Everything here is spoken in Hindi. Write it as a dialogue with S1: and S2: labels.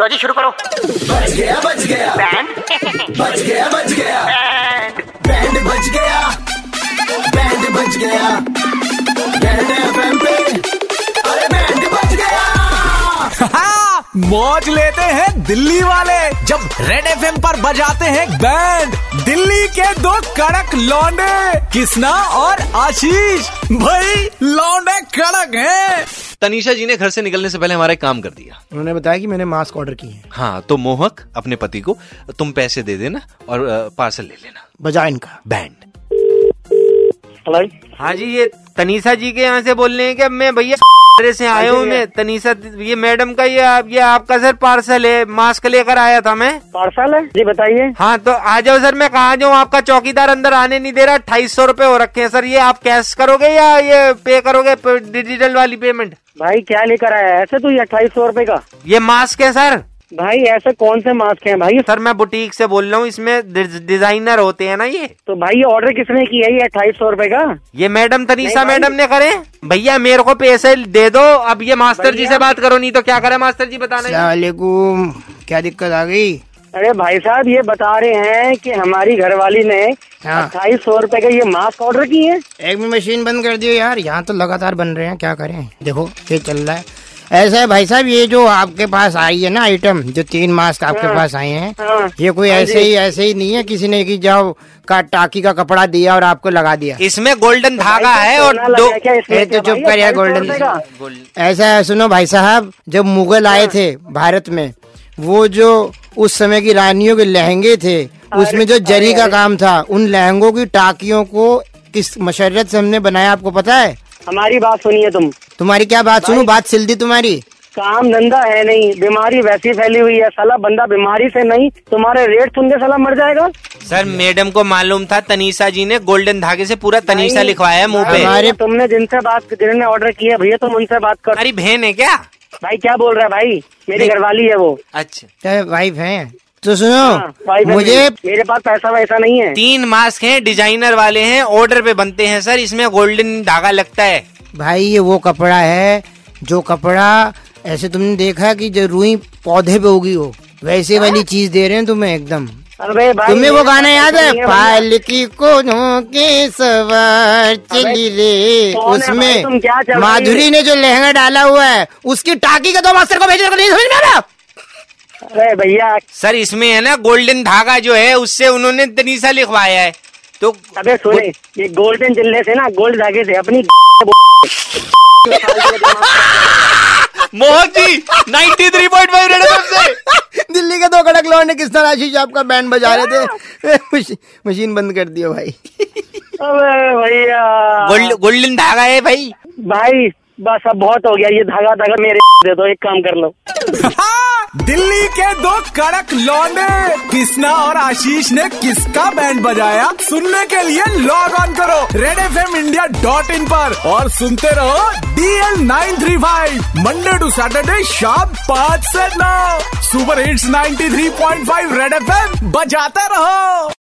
S1: लॉजी तो शुरू करो
S2: बच गया बच गया
S1: बैंड
S2: बच गया बच गया
S1: बैंड
S2: बैंड बच गया बैंड बच गया बैंड एफएम पे अरे बैंड बच गया
S3: मौज लेते हैं दिल्ली वाले जब रेड एफ पर बजाते हैं बैंड दिल्ली के दो कड़क लौंडे किसना और आशीष भाई लौंडे कड़क हैं
S4: तनीषा जी ने घर से निकलने से पहले हमारा एक काम कर दिया
S5: उन्होंने बताया कि मैंने मास्क ऑर्डर किए हैं
S4: हाँ तो मोहक अपने पति को तुम पैसे दे देना और पार्सल ले लेना
S5: बजाय इनका
S4: बैंड
S6: हेलो
S7: हाँ जी ये तनीषा जी के यहाँ से बोल रहे हैं कि मैं भैया अरे से आया हूँ मैं तनीषा ये मैडम का ये आप ये आपका सर पार्सल है मास्क लेकर आया था मैं
S6: पार्सल है जी बताइए
S7: हाँ तो आ जाओ सर मैं कहा जाऊँ आपका चौकीदार अंदर आने नहीं दे रहा अट्ठाईस सौ रूपए हो रखे हैं सर ये आप कैश करोगे या ये पे करोगे प- डिजिटल वाली पेमेंट
S6: भाई क्या लेकर आया है ऐसे तू ये अट्ठाईस सौ रूपये का
S7: ये मास्क है सर
S6: भाई ऐसे कौन से मास्क हैं भाई
S7: सर मैं बुटीक से बोल रहा हूँ इसमें डिज- डिजाइनर होते हैं ना ये
S6: तो भाई ये ऑर्डर किसने किया है ये अट्ठाईस सौ रूपये का
S7: ये मैडम तनीषा
S6: नहीं भाई।
S7: मैडम ने करे भैया मेरे को पैसे दे दो अब ये मास्टर जी से बात करो नहीं तो क्या करे मास्टर जी बताना
S5: अच्छा। वालेकुम क्या दिक्कत आ गई
S6: अरे भाई साहब ये बता रहे हैं कि हमारी घरवाली ने
S5: हाँ।
S6: अट्ठाईस सौ रूपये का ये मास्क ऑर्डर किए
S7: हाँ,
S6: हैं
S5: एक भी मशीन बंद कर दियो यार यहाँ तो लगातार बन रहे हैं क्या करें देखो ये चल रहा है ऐसा है भाई साहब ये जो आपके पास आई है ना आइटम जो तीन मास्क आपके पास आए हैं
S6: हाँ।
S5: ये कोई ऐसे ही ऐसे ही नहीं है किसी ने कि जाओ का टाकी का कपड़ा दिया और आपको लगा दिया
S7: इसमें गोल्डन धागा है और
S6: तो सोना
S7: दो
S6: लगा क्या इसमें
S5: ये तो
S6: क्या
S5: चुप
S6: भाई,
S5: कर यार
S6: 2800
S5: गोल्डन
S6: रुपए का?
S5: ऐसा है सुनो भाई साहब जब मुगल
S6: हाँ।
S5: आए थे भारत में वो जो उस समय की रानियों के लहंगे थे उसमें जो जरी का काम था उन लहंगों की टाकियों को किस मशर्रत से हमने बनाया आपको पता है
S6: हमारी बात सुनिए तुम
S5: तुम्हारी क्या बात सुनो बात सिल दी तुम्हारी
S6: काम धंधा है नहीं बीमारी वैसी फैली हुई है साला बंदा बीमारी से नहीं तुम्हारे रेट सुन के साला मर जाएगा
S7: सर मैडम को मालूम था तनीषा जी ने गोल्डन धागे से पूरा तनीषा
S6: नहीं,
S7: लिखवाया है मुंह पे
S5: हमारे-
S6: भाई, तुमने जिनसे बात जिन्होंने ऑर्डर किया भैया तुम उनसे बात करो
S7: हमारी बहन है क्या
S6: भाई क्या बोल रहा है भाई मेरी घरवाली है वो
S7: अच्छा
S5: क्या वाइफ है तो
S6: हाँ, भाई
S5: सुनो
S6: बहन,
S5: मुझे
S6: मेरे पास पैसा वैसा नहीं है
S7: तीन मास्क हैं डिजाइनर वाले हैं ऑर्डर पे बनते हैं सर इसमें गोल्डन धागा लगता है
S5: भाई ये वो कपड़ा है जो कपड़ा ऐसे तुमने देखा कि जो रुई पौधे पे उगी हो वैसे वाली
S6: हाँ।
S5: चीज दे रहे हैं तुम्हें एकदम
S6: अरे भाई
S5: तुम्हें वो
S6: मेरे
S5: गाना
S6: पास
S5: याद
S6: पैसा
S5: है
S6: नहीं भैया।
S5: पालकी को के सवार चली रे
S6: कौन है भाई, तुम क्या चल
S5: उसमें
S6: रही है?
S5: माधुरी ने जो लहंगा डाला हुआ है उसकी टाकी का दो मास्टर को भेजने को नहीं समझ में आ रहा
S6: अरे भैया
S7: सर इसमें है ना गोल्डन धागा जो है उससे उन्होंने तनीषा लिखवाया है तो
S6: अबे सुने ये गोल्डन चिल्ले से ना गोल्ड धागे से अपनी
S4: मोहक जी 93.5 three point five red F से
S5: दिल्ली के दो कड़क लौंडे किस तरह आशीष आपका बैंड बजा रहे थे मशी- मशीन बंद कर दियो भाई
S6: अबे भैया
S7: गोल्ड गोल्डन धागा है भाई
S6: भाई बस अब बहुत हो गया ये धागा धागा मेरे दे दो एक काम कर लो
S3: दिल्ली के दो कड़क लौंडे कृष्णा और आशीष ने किसका बैंड बजाया सुनने के लिए लॉग ऑन करो red F M India dot in पर और सुनते रहो DL nine three five Monday to Saturday शाम पाँच से नौ super hits 93.5 three point five red F M बजाते रहो